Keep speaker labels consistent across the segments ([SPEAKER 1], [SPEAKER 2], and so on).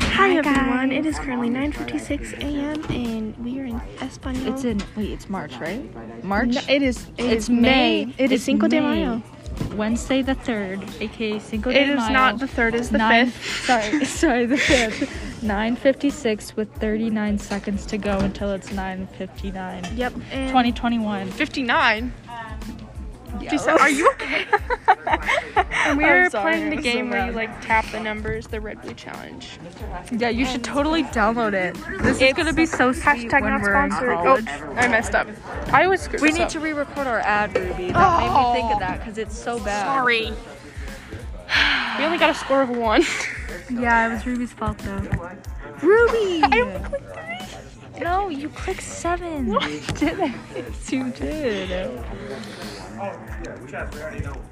[SPEAKER 1] Hi, everyone. It is currently 9:56 a.m. and we are in Espanol.
[SPEAKER 2] It's in wait, it's March, right? March.
[SPEAKER 1] No, it is.
[SPEAKER 2] It's
[SPEAKER 1] it's May.
[SPEAKER 2] May. It's
[SPEAKER 1] It is Cinco de
[SPEAKER 2] May.
[SPEAKER 1] Mayo.
[SPEAKER 2] Wednesday the third, aka Cinco de
[SPEAKER 1] It is
[SPEAKER 2] Mayo.
[SPEAKER 1] not the third. It's the
[SPEAKER 2] Nine-
[SPEAKER 1] fifth.
[SPEAKER 2] Sorry, sorry, the fifth. Nine fifty-six with thirty-nine seconds to go until it's nine fifty-nine.
[SPEAKER 1] Yep. and-
[SPEAKER 2] Twenty twenty-one.
[SPEAKER 1] 59. Are you okay? and we
[SPEAKER 2] Um, I'm
[SPEAKER 1] were
[SPEAKER 2] sorry,
[SPEAKER 1] playing
[SPEAKER 2] it
[SPEAKER 1] the
[SPEAKER 2] was so
[SPEAKER 1] game where you
[SPEAKER 2] bad.
[SPEAKER 1] like tap the numbers, the red blue challenge.
[SPEAKER 2] Yeah, you should totally download it. This is
[SPEAKER 1] It's
[SPEAKER 2] gonna be so sweet
[SPEAKER 1] Hashtag
[SPEAKER 2] when
[SPEAKER 1] not
[SPEAKER 2] we're in
[SPEAKER 1] sponsored.
[SPEAKER 2] college.
[SPEAKER 1] Oh, I messed up. I was screwed.
[SPEAKER 2] We
[SPEAKER 1] this
[SPEAKER 2] need
[SPEAKER 1] up.
[SPEAKER 2] to re-record our ad, Ruby. That made me think of that because it's so bad.
[SPEAKER 1] Sorry. We only got a score of one.
[SPEAKER 2] Yeah, it was Ruby's fault though.
[SPEAKER 1] Ruby. I only clicked three.
[SPEAKER 2] No, you clicked seven. didn't. you did.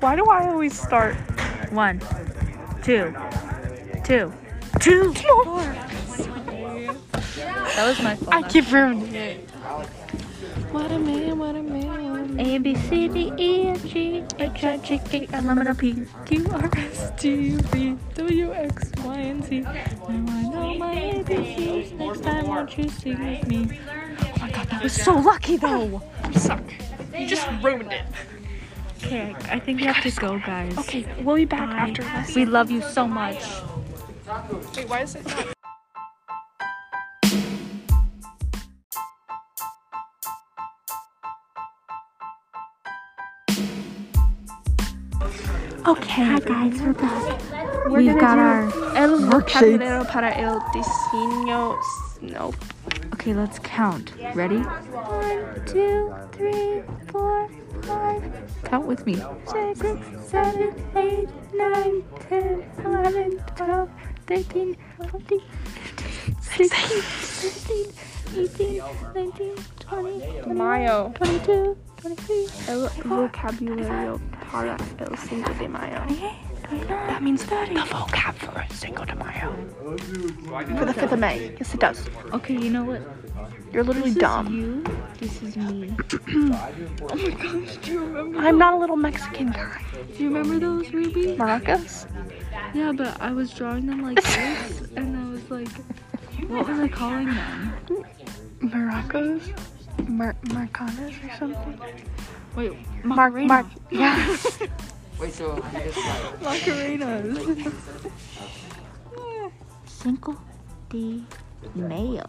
[SPEAKER 1] Why do I always start?
[SPEAKER 2] One, two, two, two. That was my fault.
[SPEAKER 1] I keep ruining it. What a man, what a man.
[SPEAKER 2] A B C D E F G H I J K L M N O P Q R S T U V W X Y and Z. Now I know my ABCs. Next time, won't you sing with me? Oh my god, that was so lucky though.
[SPEAKER 1] Oh, You suck. You just ruined it.
[SPEAKER 2] Okay, I think we have to go, guys.
[SPEAKER 1] Okay, we'll be back after
[SPEAKER 2] Bye.
[SPEAKER 1] this.
[SPEAKER 2] We love you so much.
[SPEAKER 1] Wait, why is it?
[SPEAKER 3] Okay, guys, we're back. We've got our.
[SPEAKER 1] El
[SPEAKER 3] Milkshakes.
[SPEAKER 1] vocabulero para el diseño. s- No.
[SPEAKER 3] Okay, let's count. Ready? One, two, three, four, five.
[SPEAKER 2] Count with me.
[SPEAKER 3] six, seven, eight, nine, ten, eleven, twelve, thirteen, fourteen, fifteen, sixteen, seventeen, eighteen, nineteen, twenty, twenty-one,
[SPEAKER 1] Mayo.
[SPEAKER 3] twenty-two, twenty-three,
[SPEAKER 1] El vocabulario para el Cinco de Mayo.
[SPEAKER 3] twenty-eight, twenty-nine.
[SPEAKER 1] That means the vocab for Cinco de Mayo. For the 5th of May. Yes, it does.
[SPEAKER 2] Okay, you know what?
[SPEAKER 1] You're literally
[SPEAKER 2] This is
[SPEAKER 1] dumb.
[SPEAKER 2] you. This is me.
[SPEAKER 1] I'm not a little Mexican guy.
[SPEAKER 2] Do you remember those, Ruby?
[SPEAKER 1] Maracas?
[SPEAKER 2] Yeah, but I was drawing them like this, and I was like, what was I calling them?
[SPEAKER 1] Maracas? Mar- Marcanas or something?
[SPEAKER 2] Wait,
[SPEAKER 1] Mark,
[SPEAKER 2] Macarena.
[SPEAKER 1] Mark, yeah.
[SPEAKER 2] Macarenas.
[SPEAKER 3] Cinco de Mayo.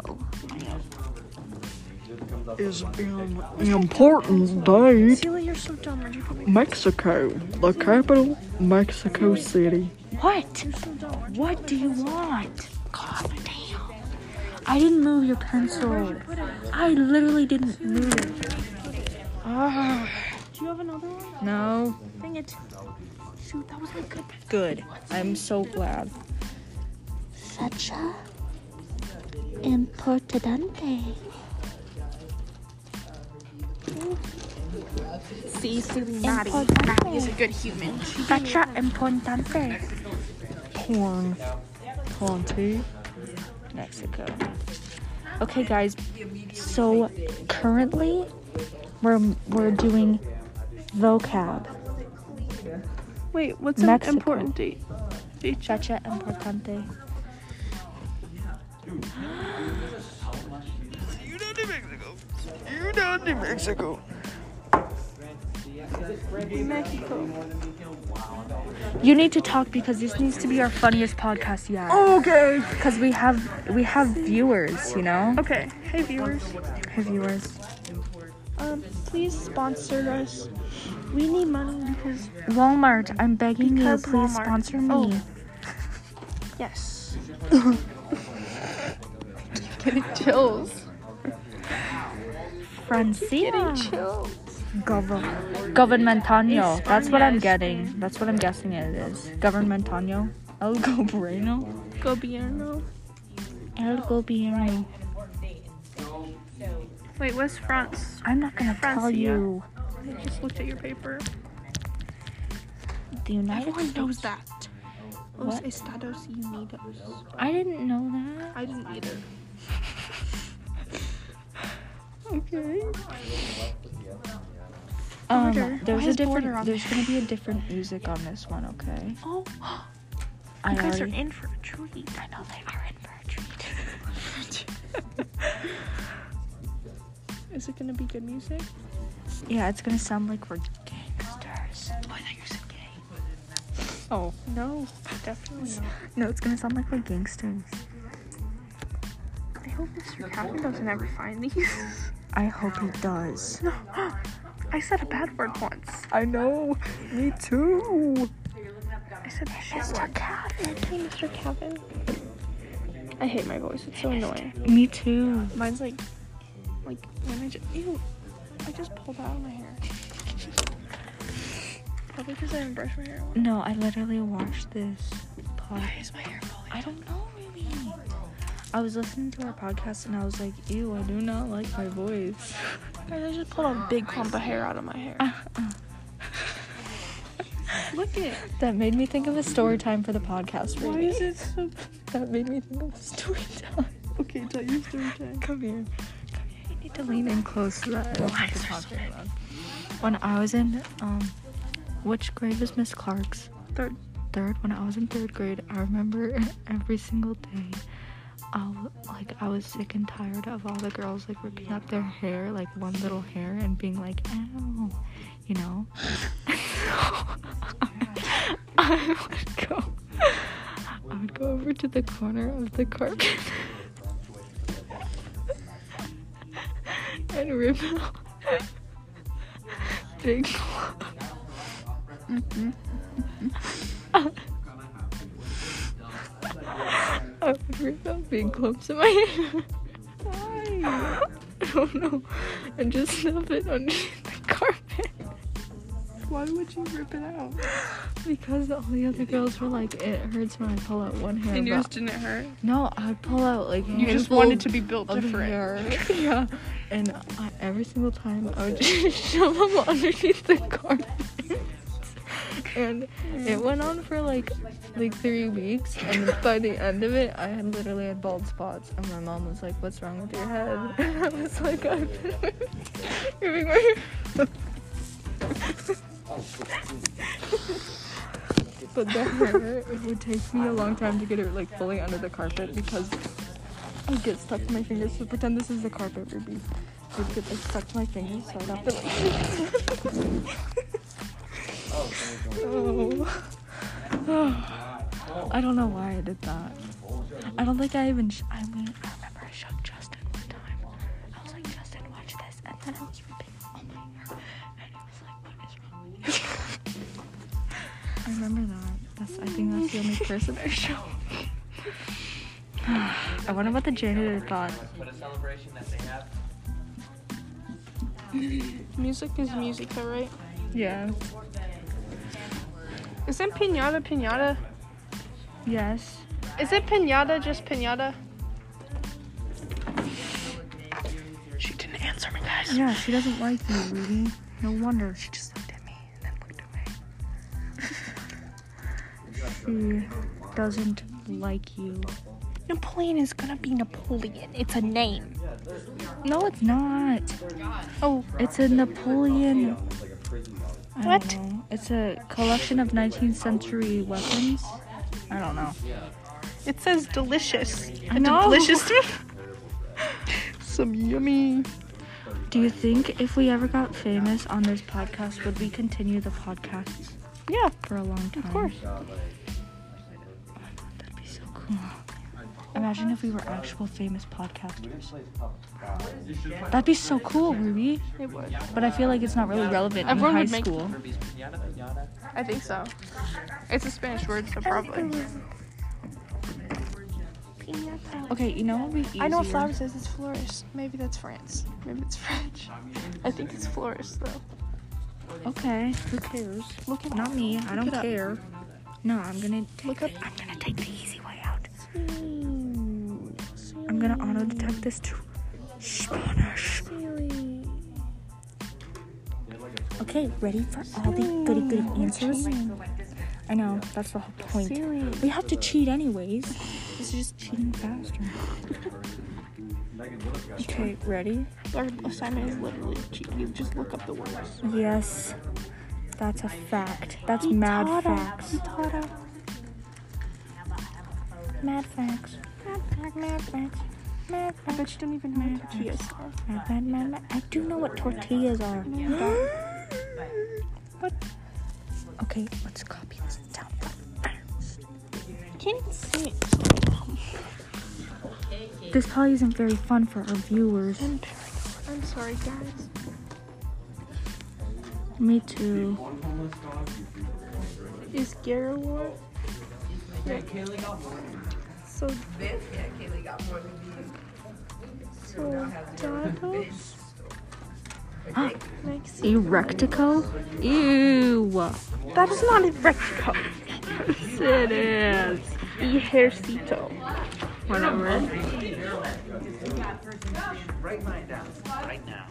[SPEAKER 4] is an important day.
[SPEAKER 1] Celia, you're so dumb. Are you probably
[SPEAKER 4] Mexico, the capital, Mexico City.
[SPEAKER 3] What? What do you want? God damn. I didn't move your pencil. I literally didn't move it. Ah.
[SPEAKER 2] No.
[SPEAKER 3] Bring it. Shoot, that was a good
[SPEAKER 2] Good. I'm so glad.
[SPEAKER 3] Such a importante.
[SPEAKER 1] see silly naughty. He's a good human.
[SPEAKER 3] Such a importante.
[SPEAKER 2] Porn. Plenty. Mexico.
[SPEAKER 3] Okay, guys. So currently, we're we're doing vocab.
[SPEAKER 1] Wait, what's
[SPEAKER 3] an Mexico. important
[SPEAKER 1] date?
[SPEAKER 3] Such a importante.
[SPEAKER 1] Mexico.
[SPEAKER 3] You need to talk because this needs to be our funniest podcast yet.
[SPEAKER 1] Okay.
[SPEAKER 3] Because we have we have viewers, you know.
[SPEAKER 1] Okay. Hey viewers.
[SPEAKER 3] Hey viewers.
[SPEAKER 1] Um, please sponsor us. We need money because
[SPEAKER 3] Walmart, I'm begging
[SPEAKER 1] Because
[SPEAKER 3] you, please
[SPEAKER 1] Walmart.
[SPEAKER 3] sponsor me.
[SPEAKER 1] Oh. yes. Getting chills.
[SPEAKER 3] Francina.
[SPEAKER 1] Chills.
[SPEAKER 3] Gov- governmentano. That's what I'm getting. That's what I'm guessing it is. Governmentano. El gobierno.
[SPEAKER 1] Gobierno.
[SPEAKER 3] El gobierno.
[SPEAKER 1] Wait, what's France?
[SPEAKER 3] I'm not gonna tell
[SPEAKER 1] Francia.
[SPEAKER 3] you.
[SPEAKER 1] I just looked at your paper.
[SPEAKER 3] The United
[SPEAKER 1] Everyone
[SPEAKER 3] States.
[SPEAKER 1] knows that. Los
[SPEAKER 3] What?
[SPEAKER 1] Estados Unidos.
[SPEAKER 3] I didn't know that.
[SPEAKER 1] I didn't either. okay.
[SPEAKER 3] Um,
[SPEAKER 1] Border.
[SPEAKER 3] there's
[SPEAKER 1] Why
[SPEAKER 3] a
[SPEAKER 1] is border
[SPEAKER 3] different.
[SPEAKER 1] on
[SPEAKER 3] There's gonna be a different music on this one, okay?
[SPEAKER 1] Oh,
[SPEAKER 3] I
[SPEAKER 1] you guys are
[SPEAKER 3] already-
[SPEAKER 1] in for a treat. I know they are in for a treat.
[SPEAKER 2] Is it gonna be good music?
[SPEAKER 3] Yeah, it's gonna sound like we're gangsters.
[SPEAKER 2] Oh no, definitely not.
[SPEAKER 3] No, it's gonna sound like we're gangsters.
[SPEAKER 2] I hope Mr. Calvin doesn't ever find these.
[SPEAKER 3] I hope he does.
[SPEAKER 2] No, I said a bad word once.
[SPEAKER 4] I know. Me too.
[SPEAKER 2] I said Mr. Calvin. Hey, Mr. Calvin. I hate my voice. It's so annoying.
[SPEAKER 3] Me too.
[SPEAKER 2] Mine's like, like when I just ew, I just pulled out my hair. Probably because I haven't brushed my hair.
[SPEAKER 3] No, I literally watched this pod.
[SPEAKER 2] Why is my hair falling?
[SPEAKER 3] I don't know really. I was listening to our podcast and I was like, ew, I do not like my voice.
[SPEAKER 2] Guys, I just pulled a big clump of hair out of my hair. uh. Look it.
[SPEAKER 3] That made me think of a story time for the podcast.
[SPEAKER 2] Why
[SPEAKER 3] reading.
[SPEAKER 2] is it so?
[SPEAKER 3] That made me think of a story time.
[SPEAKER 2] Okay, tell your story time.
[SPEAKER 3] Come here. Come here. You need to lean in close so that I don't have to talk very loud. When I was in, um, which grade was Miss Clark's?
[SPEAKER 2] Third.
[SPEAKER 3] Third. When I was in third grade, I remember every single day, I w- like I was sick and tired of all the girls like ripping up their hair, like one little hair, and being like, ow, you know. I would go. I would go over to the corner of the carpet and rip out big clump. I would rip out big clumps in my hair. Why? I don't know. And just stuff it underneath the carpet.
[SPEAKER 2] Why would you rip it out?
[SPEAKER 3] Because all the other girls were like, it hurts when I pull out one hair.
[SPEAKER 2] And
[SPEAKER 3] but-
[SPEAKER 2] yours didn't hurt.
[SPEAKER 3] No, I would pull out like
[SPEAKER 2] You just
[SPEAKER 3] handful
[SPEAKER 2] wanted to be built
[SPEAKER 3] of
[SPEAKER 2] different.
[SPEAKER 3] hair. yeah, and I, every single time I would just shove them underneath the carpet, and it went on for like like three weeks. And by the end of it, I had literally had bald spots, and my mom was like, "What's wrong with your head?" And I was like, "I've been ripping my hair." But the hair, it would take me a long time to get it like fully under the carpet because I would get stuck to my fingers. So pretend this is the carpet, Ruby. It would get like stuck to my fingers, so I'd have to like. oh. I don't know why I did that. I don't think I even. Sh- I mean, I remember I showed Justin one time. I was like, Justin, watch this, and then I was ripping all my hair, and he was like, What is wrong with you? I remember that. That's. I think that's the only person I showed. I wonder what the janitor thought.
[SPEAKER 5] But a celebration that they have
[SPEAKER 2] Music is music, though, right?
[SPEAKER 3] Yeah.
[SPEAKER 2] Isn't pinata pinata?
[SPEAKER 3] Yes.
[SPEAKER 2] Is it pinata just pinata?
[SPEAKER 1] She didn't answer me, guys.
[SPEAKER 3] Yeah, she doesn't like you, Rudy. No wonder. She just
[SPEAKER 1] Looked at me and then looked away.
[SPEAKER 3] she doesn't like you.
[SPEAKER 1] Napoleon is gonna be Napoleon. It's a name.
[SPEAKER 3] No, it's not.
[SPEAKER 2] Oh.
[SPEAKER 3] It's a Napoleon. I don't
[SPEAKER 1] What?
[SPEAKER 3] know. It's a collection of 19th century weapons. I don't know.
[SPEAKER 1] It says delicious. A
[SPEAKER 3] No.
[SPEAKER 1] delicious. Some yummy.
[SPEAKER 3] Do you think if we ever got famous on this podcast, would we continue the podcast
[SPEAKER 2] Yeah,
[SPEAKER 3] for a long time? Oh,
[SPEAKER 2] of course.
[SPEAKER 3] That'd be so cool. Imagine if we were actual famous podcasters. That'd be so cool, Ruby.
[SPEAKER 2] It would.
[SPEAKER 3] But I feel like it's not really relevant
[SPEAKER 2] Everyone
[SPEAKER 3] in high
[SPEAKER 2] would make-
[SPEAKER 3] school.
[SPEAKER 5] Ruby's pinata pinata.
[SPEAKER 2] I think so. It's a Spanish word, so probably.
[SPEAKER 3] Okay, you know what would be easier?
[SPEAKER 2] I know flower says it's florist. Maybe that's France. Maybe it's French. I think it's florist though.
[SPEAKER 3] Okay, who cares?
[SPEAKER 2] Look it
[SPEAKER 3] Not me. I don't
[SPEAKER 2] it up.
[SPEAKER 3] care. No, I'm gonna take.
[SPEAKER 2] Look up.
[SPEAKER 3] I'm gonna take the easy way out. I'm gonna auto detect this to Spanish. Okay, ready for all the goody goody answers? I know that's the whole point. We have to cheat anyways. This is just cheating faster. Okay, ready?
[SPEAKER 2] Our assignment is literally cheat. You just look up the words.
[SPEAKER 3] Yes, that's a fact. That's mad facts. Mad facts. Mad facts. Mad facts. I bet you don't even know what tortillas are. I do know what tortillas are. what? Okay, let's copy this down. Can't see it. This probably isn't very fun for our viewers.
[SPEAKER 6] I'm sorry, guys.
[SPEAKER 3] Me too.
[SPEAKER 6] Is Gara one? So Soldados? Next
[SPEAKER 3] Erectico? Ew.
[SPEAKER 1] That is not a rectal.
[SPEAKER 3] It is.
[SPEAKER 1] Ejercito.
[SPEAKER 3] Whatever.
[SPEAKER 5] right now.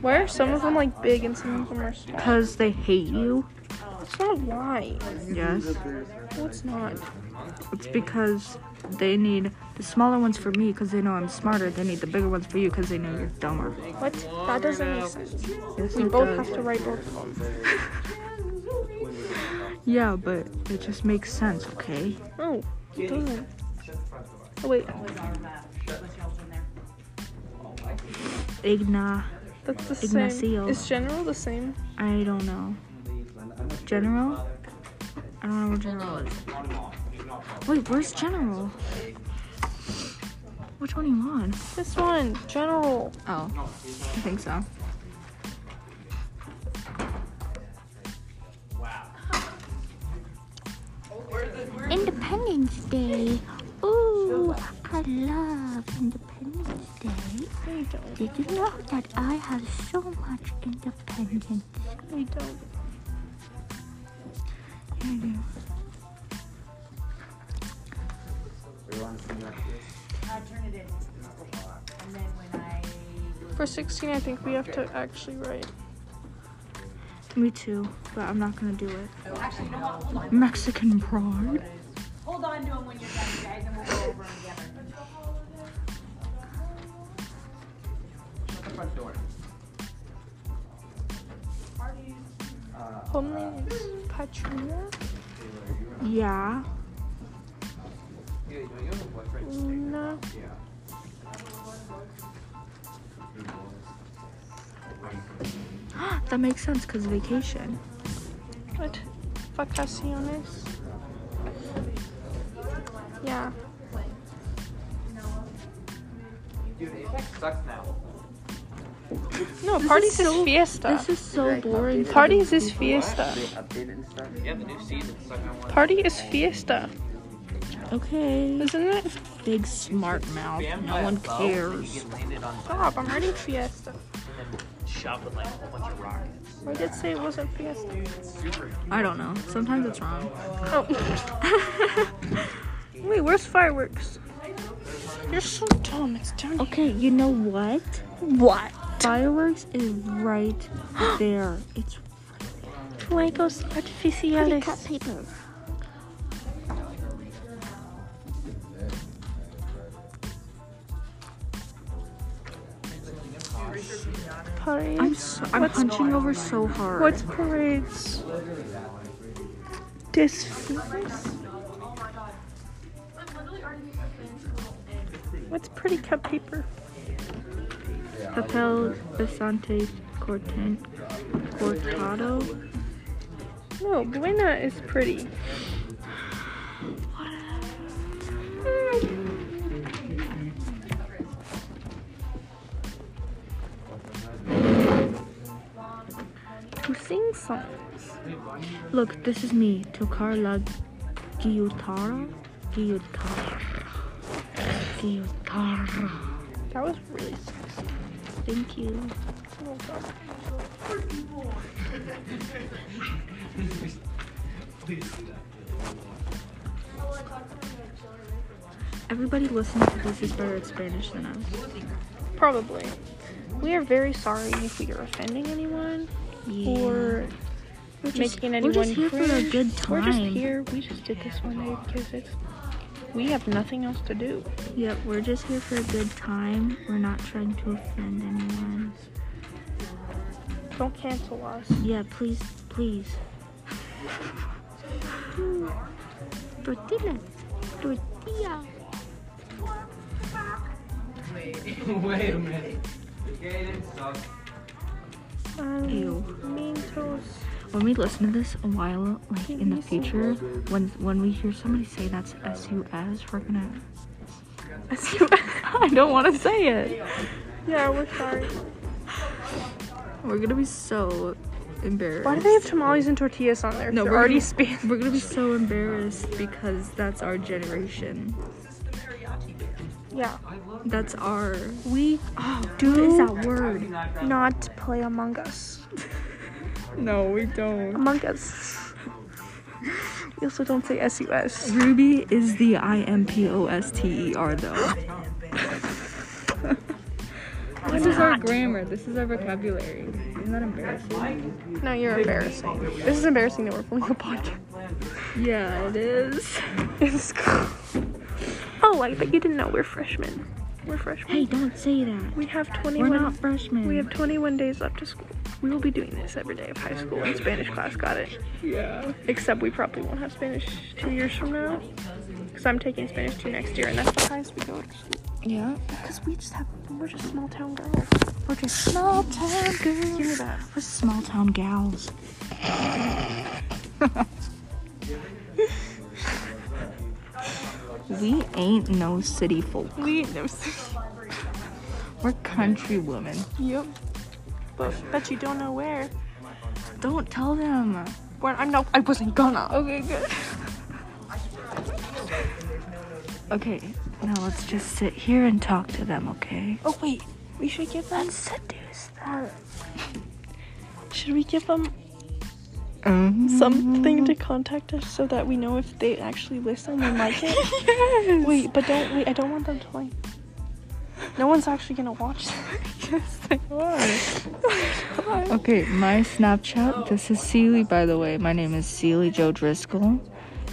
[SPEAKER 1] Why are some of them like big and some of them are small?
[SPEAKER 3] Because they hate you?
[SPEAKER 1] That's not why.
[SPEAKER 3] Yes.
[SPEAKER 1] No, it's not.
[SPEAKER 3] It's because they need the smaller ones for me because they know I'm smarter. They need the bigger ones for you because they know you're dumber.
[SPEAKER 1] What? That doesn't make sense.
[SPEAKER 3] Yes,
[SPEAKER 1] We
[SPEAKER 3] it
[SPEAKER 1] both
[SPEAKER 3] does.
[SPEAKER 1] have to write both of them.
[SPEAKER 3] Yeah, but it just makes sense, okay?
[SPEAKER 1] Oh, it doesn't. Oh, wait.
[SPEAKER 3] Igna,
[SPEAKER 1] That's the
[SPEAKER 3] Ignacio.
[SPEAKER 1] same. Is general the same?
[SPEAKER 3] I don't know. General? I don't know where General is. Wait, where's General? Which one you on?
[SPEAKER 1] This one, general.
[SPEAKER 3] Oh, I think so.
[SPEAKER 7] Independence Day. Ooh, I love Independence Day. Did you know that I have so much independence?
[SPEAKER 1] I don't. For 16, I think we have to actually write.
[SPEAKER 3] Me too, but I'm not gonna do it. Mexican pride.
[SPEAKER 8] Hold on to them when you're done, guys, and we'll go over them together.
[SPEAKER 5] Shut the front door.
[SPEAKER 1] Full name is Patria
[SPEAKER 3] Yeah.
[SPEAKER 5] Yeah, you know, you have a boyfriend.
[SPEAKER 1] Luna
[SPEAKER 3] That makes sense because vacation.
[SPEAKER 1] What? Vacaciones? Yeah.
[SPEAKER 5] Dude, Apex sucks now.
[SPEAKER 1] No, parties is, fiesta.
[SPEAKER 3] This is so boring.
[SPEAKER 1] Parties is fiesta.
[SPEAKER 5] Yeah, the new season sucks.
[SPEAKER 1] Party is fiesta,
[SPEAKER 3] Okay.
[SPEAKER 1] isn't it?
[SPEAKER 3] Big smart mouth. No one cares.
[SPEAKER 5] Get landed on
[SPEAKER 1] Stop, I'm writing fiesta.
[SPEAKER 5] and then shot with like a whole bunch of rockets.
[SPEAKER 1] I did say it wasn't fiesta.
[SPEAKER 3] I don't know. Sometimes it's wrong.
[SPEAKER 1] Oh. Wait, where's fireworks? You're so dumb. It's down here.
[SPEAKER 3] Okay, you know what? What? Fireworks is right there. It's
[SPEAKER 1] Fuegos artificiales.
[SPEAKER 7] paper.
[SPEAKER 3] I'm
[SPEAKER 1] Parades.
[SPEAKER 3] so, I'm punching over so hard.
[SPEAKER 1] What's parades? Disfees? What's pretty cut paper?
[SPEAKER 3] Papel Vicente Corten Cortado?
[SPEAKER 1] No, buena is pretty. To sing songs.
[SPEAKER 3] Look, this is me, Tocar la Guitarra. Guitarra. Guitarra.
[SPEAKER 1] That was really sexy.
[SPEAKER 3] Thank you.
[SPEAKER 1] Oh, God.
[SPEAKER 3] Everybody listening to this is better at Spanish than us.
[SPEAKER 1] Probably. We are very sorry if we are offending anyone or making
[SPEAKER 3] we're
[SPEAKER 1] anyone
[SPEAKER 3] just here for a
[SPEAKER 1] cringe.
[SPEAKER 3] good
[SPEAKER 1] We're just
[SPEAKER 3] time.
[SPEAKER 1] here. We just did this one day because it's we have nothing else to do.
[SPEAKER 3] Yep, we're just here for a good time. We're not trying to offend anyone.
[SPEAKER 1] Don't cancel us.
[SPEAKER 3] Yeah, please, please.
[SPEAKER 7] Tortilla. Tortilla.
[SPEAKER 5] Wait a minute. The cadence sucks.
[SPEAKER 1] Um,
[SPEAKER 3] Ew.
[SPEAKER 1] Bean toast.
[SPEAKER 3] When we listen to this a while, like in the future, when when we hear somebody say that's S-U-S, we're gonna. S-U-S. I don't want to say it.
[SPEAKER 1] Yeah, we're sorry.
[SPEAKER 3] We're gonna be so embarrassed.
[SPEAKER 1] Why do they have tamales and tortillas on there? if
[SPEAKER 3] No,
[SPEAKER 1] they're
[SPEAKER 3] we're
[SPEAKER 1] already
[SPEAKER 3] gonna-
[SPEAKER 1] Spanish.
[SPEAKER 3] We're gonna be so embarrassed because that's our generation.
[SPEAKER 1] Yeah.
[SPEAKER 3] That's our.
[SPEAKER 1] We
[SPEAKER 3] What is
[SPEAKER 1] do
[SPEAKER 3] that word?
[SPEAKER 1] not play Among Us.
[SPEAKER 3] No, we don't.
[SPEAKER 1] Among Us. We also don't say SUS.
[SPEAKER 3] Ruby is the I M P O S T E R though. this is our grammar. This is our vocabulary. Isn't that embarrassing?
[SPEAKER 1] No, you're embarrassing. This is embarrassing that we're filming a podcast
[SPEAKER 3] Yeah, it is.
[SPEAKER 1] in school. Oh, I bet you didn't know we're freshmen. We're freshmen.
[SPEAKER 3] Hey, don't say that.
[SPEAKER 1] We have
[SPEAKER 3] We're
[SPEAKER 1] 21.
[SPEAKER 3] not freshmen.
[SPEAKER 1] We have 21 days left to school. We will be doing this every day of high school and Spanish class. Got it.
[SPEAKER 3] yeah.
[SPEAKER 1] Except we probably won't have Spanish two years from now. Because I'm taking Spanish two next year, and that's the highest we go.
[SPEAKER 3] Yeah.
[SPEAKER 1] Because we just have, we're just small town girls.
[SPEAKER 3] We're just small town girls.
[SPEAKER 1] Give me that.
[SPEAKER 3] We're small town gals. we ain't no city folk.
[SPEAKER 1] We no.
[SPEAKER 3] We're country women.
[SPEAKER 1] Yep. But bet you don't know where.
[SPEAKER 3] Don't tell them.
[SPEAKER 1] Where I'm no, I wasn't gonna.
[SPEAKER 3] Okay, good. okay, now let's just sit here and talk to them, okay?
[SPEAKER 1] Oh wait, we should give them. Let's seduce them. Should we give them Um. something to contact us so that we know if they actually listen and like it?
[SPEAKER 3] yes.
[SPEAKER 1] Wait, but don't wait. I don't want them to like. No one's actually gonna watch this.
[SPEAKER 3] Okay, my Snapchat. This is Seely, by the way. My name is Seely Joe Driscoll.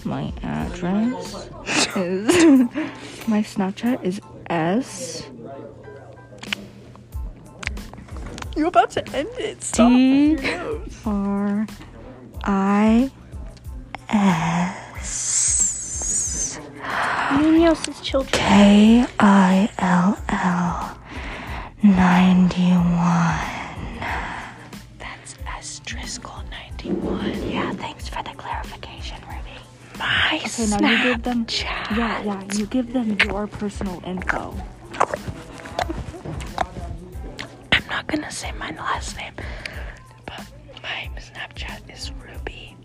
[SPEAKER 3] My address is. my Snapchat is S
[SPEAKER 1] You're about to end it. Stop.
[SPEAKER 3] D R I S.
[SPEAKER 1] Munoz children.
[SPEAKER 3] K I L L 91.
[SPEAKER 1] That's S Driscoll 91.
[SPEAKER 3] Yeah, thanks for the clarification, Ruby.
[SPEAKER 1] My
[SPEAKER 3] Okay, now you give them. Yeah, yeah, you give them your personal info.
[SPEAKER 1] I'm not gonna say my last name, but my Snapchat is Ruby.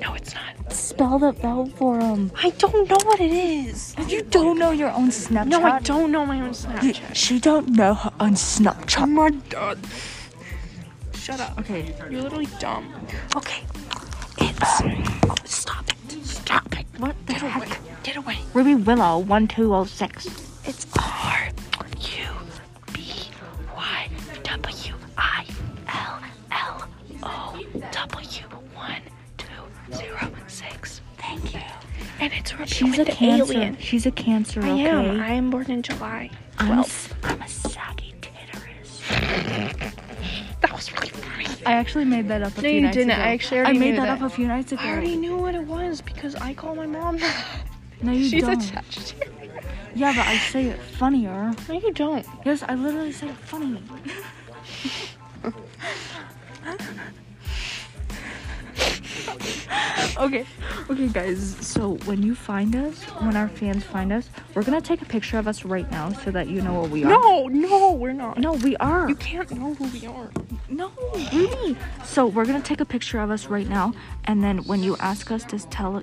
[SPEAKER 1] No, it's not.
[SPEAKER 3] Spell the bell for them.
[SPEAKER 1] I don't know what it is.
[SPEAKER 3] You don't know your own Snapchat.
[SPEAKER 1] No, I don't know my own Snapchat. Oh
[SPEAKER 3] She don't know her own Snapchat.
[SPEAKER 1] my god. Shut up.
[SPEAKER 3] Okay,
[SPEAKER 1] You're literally dumb.
[SPEAKER 3] okay. It's oh, stop it, stop it. What the Get heck? Away. Get away. Ruby Willow one two oh six. It's R U B Y W I L L O W one two zero six. Thank you.
[SPEAKER 1] And it's Ruby
[SPEAKER 3] She's a
[SPEAKER 1] with the
[SPEAKER 3] cancer.
[SPEAKER 1] alien.
[SPEAKER 3] She's a cancer.
[SPEAKER 1] I
[SPEAKER 3] Okay.
[SPEAKER 1] am. I am born in July.
[SPEAKER 3] I'm a, s- I'm a saggy titterist.
[SPEAKER 1] That was really funny.
[SPEAKER 3] I actually made that up a
[SPEAKER 1] No,
[SPEAKER 3] few
[SPEAKER 1] you
[SPEAKER 3] nights
[SPEAKER 1] didn't.
[SPEAKER 3] ago.
[SPEAKER 1] I actually already
[SPEAKER 3] I made
[SPEAKER 1] knew
[SPEAKER 3] that,
[SPEAKER 1] that.
[SPEAKER 3] up a few nights ago.
[SPEAKER 1] I already knew what it was because I call my mom.
[SPEAKER 3] No, you
[SPEAKER 1] She's
[SPEAKER 3] don't.
[SPEAKER 1] attached to me.
[SPEAKER 3] yeah, but I say it funnier.
[SPEAKER 1] No, you don't.
[SPEAKER 3] Yes, I literally say it funny. okay, okay, guys. So when you find us, when our fans find us, we're gonna take a picture of us right now so that you know what we are.
[SPEAKER 1] No, no, we're not.
[SPEAKER 3] no, we are.
[SPEAKER 1] You can't know who we are.
[SPEAKER 3] No, really. So we're gonna take a picture of us right now, and then when you ask us to tell,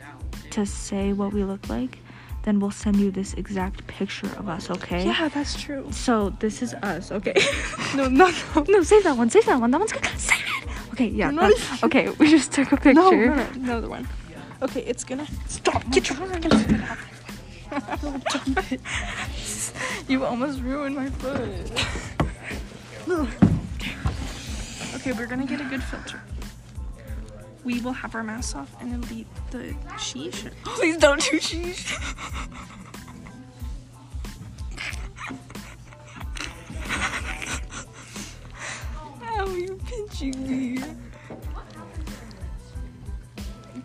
[SPEAKER 3] to say what we look like, then we'll send you this exact picture of us. Okay.
[SPEAKER 1] Yeah, that's true.
[SPEAKER 3] So this is us. Okay. no, no, no, no. Save that one. Save that one. That one's good. Save it. Okay. Yeah.
[SPEAKER 1] not
[SPEAKER 3] that- okay. We just took a picture.
[SPEAKER 1] No, no, no, Oh, another one. Okay, it's gonna stop. Get your
[SPEAKER 3] You almost ruined my foot.
[SPEAKER 1] Okay, we're gonna get a good filter. We will have our masks off, and it'll be the sheesh.
[SPEAKER 3] Please don't do cheese. Ow, you're pinching me.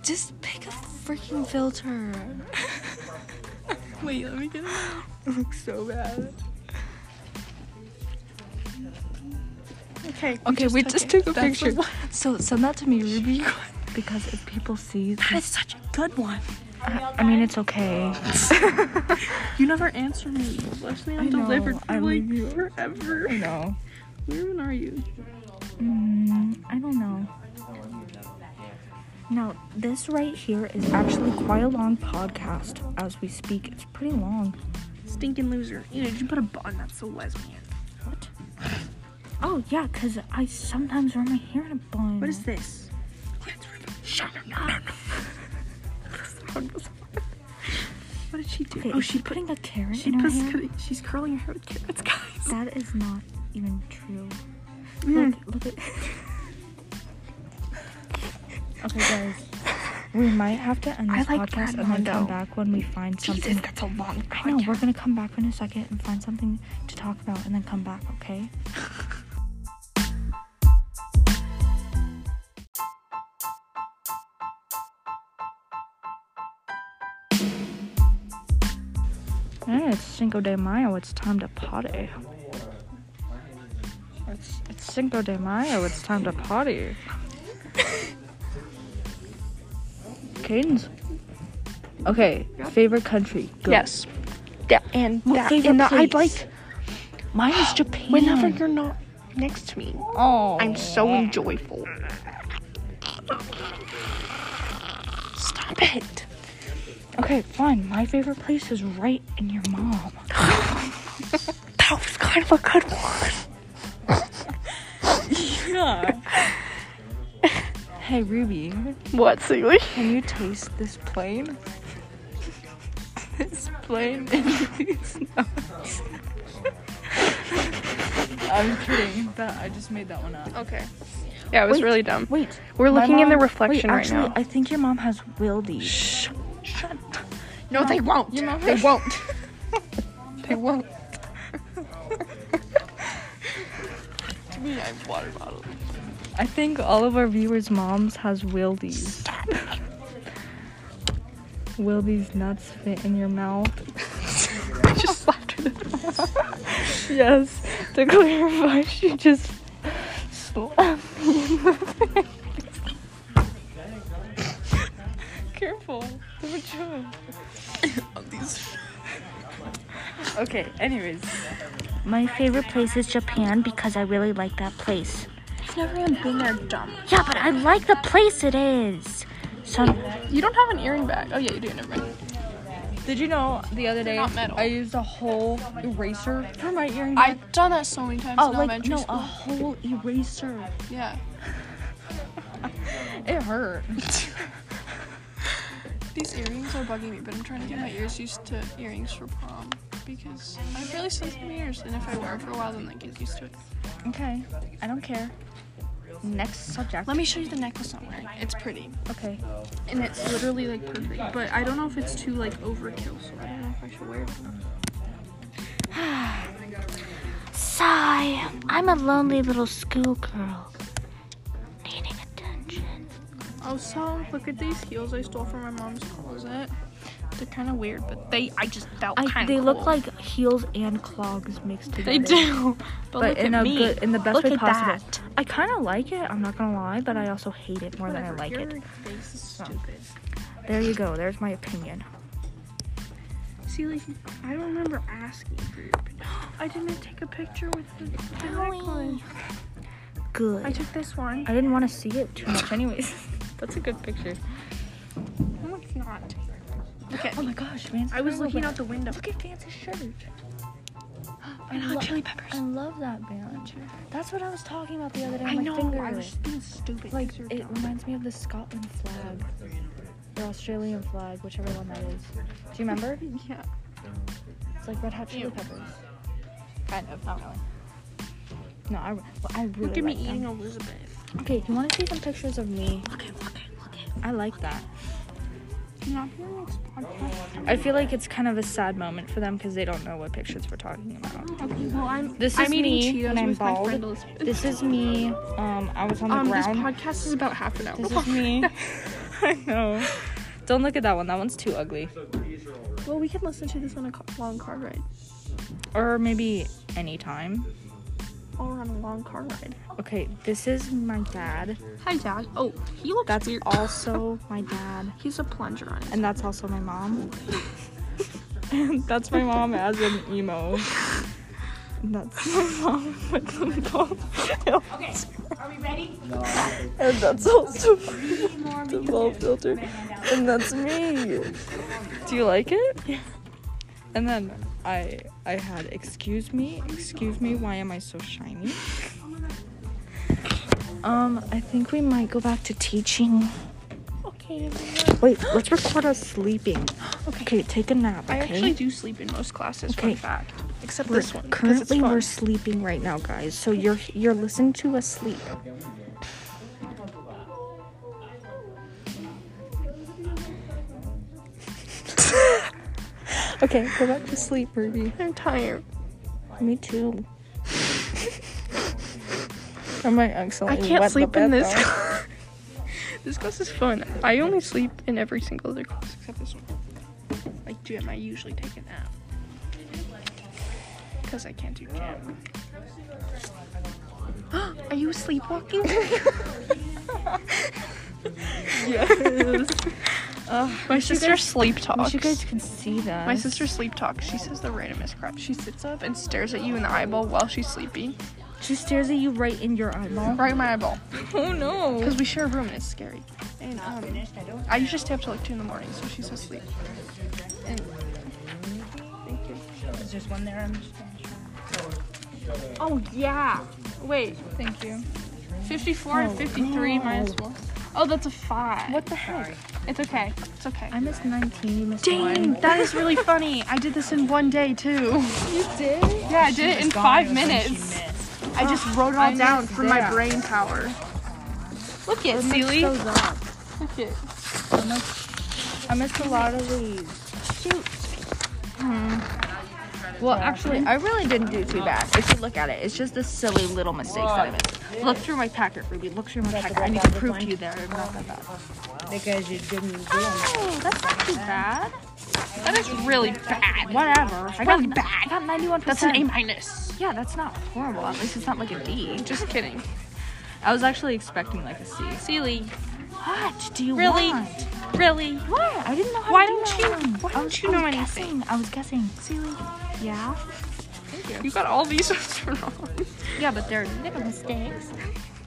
[SPEAKER 3] Just pick a freaking filter.
[SPEAKER 1] Wait, let me get it.
[SPEAKER 3] It looks so bad.
[SPEAKER 1] Okay.
[SPEAKER 3] Okay, we just took, a
[SPEAKER 2] That's the
[SPEAKER 3] picture. So send that to me, Ruby, because if people see,
[SPEAKER 2] That is such a good one.
[SPEAKER 3] I mean, it's okay.
[SPEAKER 1] You never answer me. Left me
[SPEAKER 3] I know,
[SPEAKER 1] undelivered for
[SPEAKER 3] I
[SPEAKER 1] like
[SPEAKER 3] leave you.
[SPEAKER 1] forever.
[SPEAKER 3] I know.
[SPEAKER 1] Where even are you?
[SPEAKER 3] Mm, I don't know. Now, this right here is actually quite a long podcast as we speak. It's pretty long.
[SPEAKER 1] Stinking loser. You know, you put a bun that's so lesbian.
[SPEAKER 3] Oh, yeah, because I sometimes wear my hair in a bun. Ah,
[SPEAKER 1] What is this? What did she do?
[SPEAKER 3] Okay,
[SPEAKER 1] Oh,
[SPEAKER 3] is
[SPEAKER 1] she
[SPEAKER 3] she
[SPEAKER 1] put.
[SPEAKER 3] putting a carrot
[SPEAKER 1] She
[SPEAKER 3] in her
[SPEAKER 1] put.
[SPEAKER 3] hair?
[SPEAKER 1] She's curling her hair with carrots, guys.
[SPEAKER 3] That is not even true. Look, look at. okay, guys. We might have to end
[SPEAKER 1] I
[SPEAKER 3] this
[SPEAKER 1] like
[SPEAKER 3] podcast
[SPEAKER 1] Brad
[SPEAKER 3] and then come
[SPEAKER 1] Mondo.
[SPEAKER 3] back when we find something.
[SPEAKER 1] that's a long
[SPEAKER 3] I know, we're gonna come back in a second and find something to talk about and then come back, okay? Hey, it's Cinco de Mayo, it's time to potty. It's, it's Cinco de Mayo, it's time to potty. Cadence. Okay, favorite country. Go.
[SPEAKER 1] Yes. Yeah, and
[SPEAKER 3] My
[SPEAKER 1] that,
[SPEAKER 3] favorite
[SPEAKER 1] and that I
[SPEAKER 3] place.
[SPEAKER 1] like
[SPEAKER 3] Mine is Japan.
[SPEAKER 1] whenever you're not next to me.
[SPEAKER 3] oh,
[SPEAKER 1] I'm so enjoyful. Stop it.
[SPEAKER 3] okay, fine. My favorite place is right in your mom.
[SPEAKER 1] That was kind of a good one.
[SPEAKER 3] Hey Ruby,
[SPEAKER 1] What, Seeley?
[SPEAKER 3] can you taste this plane? this plane and these nuts. I'm kidding. That I just made that one up.
[SPEAKER 1] Okay. Yeah, it was
[SPEAKER 3] Wait.
[SPEAKER 1] really dumb.
[SPEAKER 3] Wait,
[SPEAKER 1] We're
[SPEAKER 3] my
[SPEAKER 1] looking in the
[SPEAKER 3] mom-
[SPEAKER 1] reflection
[SPEAKER 3] wait,
[SPEAKER 1] right
[SPEAKER 3] actually,
[SPEAKER 1] now.
[SPEAKER 3] I think your mom has wildies.
[SPEAKER 1] No, they won't. They won't.
[SPEAKER 3] They won't.
[SPEAKER 1] Me, I have water bottle.
[SPEAKER 3] I think all of our viewers' moms has wildies. Stop. Will these nuts fit in your mouth?
[SPEAKER 1] I just slapped her.
[SPEAKER 3] Yes, to clarify, she just slapped me in the face. Careful, the mature. okay, anyways.
[SPEAKER 7] My favorite place is Japan because I really like that place.
[SPEAKER 1] I've never even been there, dumb.
[SPEAKER 7] Yeah, but I like the place it is. So
[SPEAKER 1] You don't have an earring bag. Oh, yeah, you do. Never mind.
[SPEAKER 3] Did you know the other day
[SPEAKER 1] not metal.
[SPEAKER 3] I used a whole eraser for my earring?
[SPEAKER 1] I've done that so many times
[SPEAKER 3] oh,
[SPEAKER 1] in
[SPEAKER 3] like
[SPEAKER 1] elementary
[SPEAKER 3] no, a
[SPEAKER 1] school.
[SPEAKER 3] whole eraser.
[SPEAKER 1] Yeah.
[SPEAKER 3] It hurt.
[SPEAKER 1] These earrings are bugging me, but I'm trying to get my ears used to earrings for prom because I have really sensitive ears, and if I wear them for a while, then they get used to it.
[SPEAKER 3] Okay, I don't care. Next subject.
[SPEAKER 1] Let me show you the necklace I'm wearing. It's pretty,
[SPEAKER 3] Okay.
[SPEAKER 1] and it's literally like perfect, but I don't know if it's too like overkill, so I don't know if I should wear it.
[SPEAKER 7] sigh. I'm a lonely little schoolgirl needing attention.
[SPEAKER 1] Also, look at these heels I stole from my mom's closet. They're kind of weird, but they I just felt kind
[SPEAKER 3] I,
[SPEAKER 1] of
[SPEAKER 3] they look like heels and clogs mixed together.
[SPEAKER 1] they do, but,
[SPEAKER 3] But
[SPEAKER 1] look
[SPEAKER 3] in
[SPEAKER 1] at
[SPEAKER 3] a
[SPEAKER 1] me.
[SPEAKER 3] good, in the best
[SPEAKER 1] Look
[SPEAKER 3] way
[SPEAKER 1] at
[SPEAKER 3] possible.
[SPEAKER 1] that.
[SPEAKER 3] I kind of like it. I'm not gonna lie, but I also hate it more than I
[SPEAKER 1] Whatever,
[SPEAKER 3] like
[SPEAKER 1] your
[SPEAKER 3] it.
[SPEAKER 1] Face is stupid.
[SPEAKER 3] There you go. There's my opinion.
[SPEAKER 1] See, like, I don't remember asking for your opinion. I didn't take a picture with the, the necklace.
[SPEAKER 3] Good.
[SPEAKER 1] I took this one.
[SPEAKER 3] I didn't want to see it too much, anyways. That's a good picture.
[SPEAKER 1] No, it's not. Look at
[SPEAKER 3] Oh
[SPEAKER 1] me.
[SPEAKER 3] my gosh, man.
[SPEAKER 1] I was looking out the window.
[SPEAKER 3] Look at Fancy's shirt.
[SPEAKER 1] I know, chili peppers.
[SPEAKER 3] I love that band. That's what I was talking about the other day.
[SPEAKER 1] I
[SPEAKER 3] on my
[SPEAKER 1] know.
[SPEAKER 3] Finger.
[SPEAKER 1] I was being stupid.
[SPEAKER 3] Like
[SPEAKER 1] These are
[SPEAKER 3] it
[SPEAKER 1] dumb.
[SPEAKER 3] reminds me of the Scotland flag, the Australian flag, whichever one that is. Do you remember?
[SPEAKER 1] Yeah.
[SPEAKER 3] It's like Red Hot Chili Peppers. Kind of, not really. No, I, well, I really
[SPEAKER 1] Look at me
[SPEAKER 3] like them.
[SPEAKER 1] eating Elizabeth.
[SPEAKER 3] Okay, you want to see some pictures of me? Okay, okay, okay. I like that.
[SPEAKER 1] Not the next podcast.
[SPEAKER 3] I feel like it's kind of a sad moment for them because they don't know what pictures we're talking about.
[SPEAKER 1] Okay, well I'm.
[SPEAKER 3] This is
[SPEAKER 1] I'm eating
[SPEAKER 3] me
[SPEAKER 1] Cheetos
[SPEAKER 3] when I'm
[SPEAKER 1] with my
[SPEAKER 3] bald.
[SPEAKER 1] friend Elizabeth.
[SPEAKER 3] This is me. Um, I was on the
[SPEAKER 1] um, this
[SPEAKER 3] ground.
[SPEAKER 1] podcast is about half an hour.
[SPEAKER 3] This is me. I know. Don't look at that one. That one's too ugly.
[SPEAKER 1] well, we can listen to this on a ca- long car ride,
[SPEAKER 3] Or maybe anytime.
[SPEAKER 1] or on a long car ride.
[SPEAKER 2] Okay, this is my dad.
[SPEAKER 1] Hi, Dad. Oh, he looks
[SPEAKER 2] That's
[SPEAKER 1] weird.
[SPEAKER 2] also my dad.
[SPEAKER 1] He's a plunger on his.
[SPEAKER 2] And that's also my mom. and that's my mom as an emo. And that's my mom with some bald filter.
[SPEAKER 9] Okay, are we ready?
[SPEAKER 2] And that's also
[SPEAKER 9] Three more
[SPEAKER 2] the
[SPEAKER 9] minutes.
[SPEAKER 2] bald filter. And that's me. Do you like it? Yeah. And then I I had excuse me, excuse me, why am I so shiny? Um, I think we might go back to teaching.
[SPEAKER 1] Okay.
[SPEAKER 2] Wait, let's record us sleeping.
[SPEAKER 1] Okay.
[SPEAKER 2] Okay, take a nap. Okay?
[SPEAKER 1] I actually do sleep in most classes.
[SPEAKER 2] Okay.
[SPEAKER 1] Fun fact. Except
[SPEAKER 2] We're-
[SPEAKER 1] this one. 'cause it's
[SPEAKER 2] currently
[SPEAKER 1] fun.
[SPEAKER 2] we're sleeping right now, guys. So you're you're listening to us sleep. okay, go back to sleep, Ruby.
[SPEAKER 1] I'm tired.
[SPEAKER 2] Me too. I might accidentally
[SPEAKER 1] I can't
[SPEAKER 2] wet the
[SPEAKER 1] sleep
[SPEAKER 2] bed,
[SPEAKER 1] in this
[SPEAKER 2] though.
[SPEAKER 1] class. this class is fun. I only sleep in every single other class except this one. Like gym, I usually take a nap. Because I can't do gym. Are you sleepwalking?
[SPEAKER 2] Yes.
[SPEAKER 1] My sister sleep talks.
[SPEAKER 2] you guys can see that.
[SPEAKER 1] My sister sleep talks. She says the randomest crap. She sits up and stares at you in the eyeball while she's sleeping.
[SPEAKER 2] she stares at you right in your eyeball.
[SPEAKER 1] Right in my eyeball.
[SPEAKER 2] Oh no.
[SPEAKER 1] Because we share a room and it's scary. And um, I usually stay up till like 2 in the morning, so she's asleep. And thank you. Is there one there? Oh, yeah. Wait. Thank you. 54 and 53 minus 1. Oh, that's a 5.
[SPEAKER 2] What the heck?
[SPEAKER 1] It's okay. It's okay.
[SPEAKER 2] I missed 19, you missed one.
[SPEAKER 1] Dang, that is really funny. I did this in one day too. You did? Yeah, I did it in five minutes. Oh, I just wrote it all
[SPEAKER 2] I
[SPEAKER 1] down
[SPEAKER 2] missed
[SPEAKER 1] for my
[SPEAKER 2] that.
[SPEAKER 1] brain power. Look at Seely. Look at
[SPEAKER 2] I missed a lot of these.
[SPEAKER 3] Hmm. Well, actually, I really didn't do too bad. If you look at it, it's just the silly little mistakes that I missed. Look through my packet, Ruby. Look through my packet. I need to prove to you that I'm not that bad. Because you didn't do. Oh, that's not too bad.
[SPEAKER 1] that is really bad.
[SPEAKER 3] Whatever. I got,
[SPEAKER 1] Really
[SPEAKER 3] I got 91%.
[SPEAKER 1] That's an A minus.
[SPEAKER 3] Yeah, that's not horrible. At least it's not like a D.
[SPEAKER 1] Just kidding.
[SPEAKER 3] I was actually expecting like a C.
[SPEAKER 1] Seely,
[SPEAKER 3] What do you
[SPEAKER 1] Really?
[SPEAKER 3] want?
[SPEAKER 1] really?
[SPEAKER 3] What? I didn't know how
[SPEAKER 1] Why
[SPEAKER 3] to do
[SPEAKER 1] don't
[SPEAKER 3] that
[SPEAKER 1] you-
[SPEAKER 3] one.
[SPEAKER 1] why
[SPEAKER 3] I
[SPEAKER 1] don't
[SPEAKER 3] was,
[SPEAKER 1] you
[SPEAKER 3] I
[SPEAKER 1] know
[SPEAKER 3] was
[SPEAKER 1] anything?
[SPEAKER 3] Guessing. I was guessing. Silly. Yeah?
[SPEAKER 1] You got all these ones wrong.
[SPEAKER 3] Yeah, but they're little mistakes.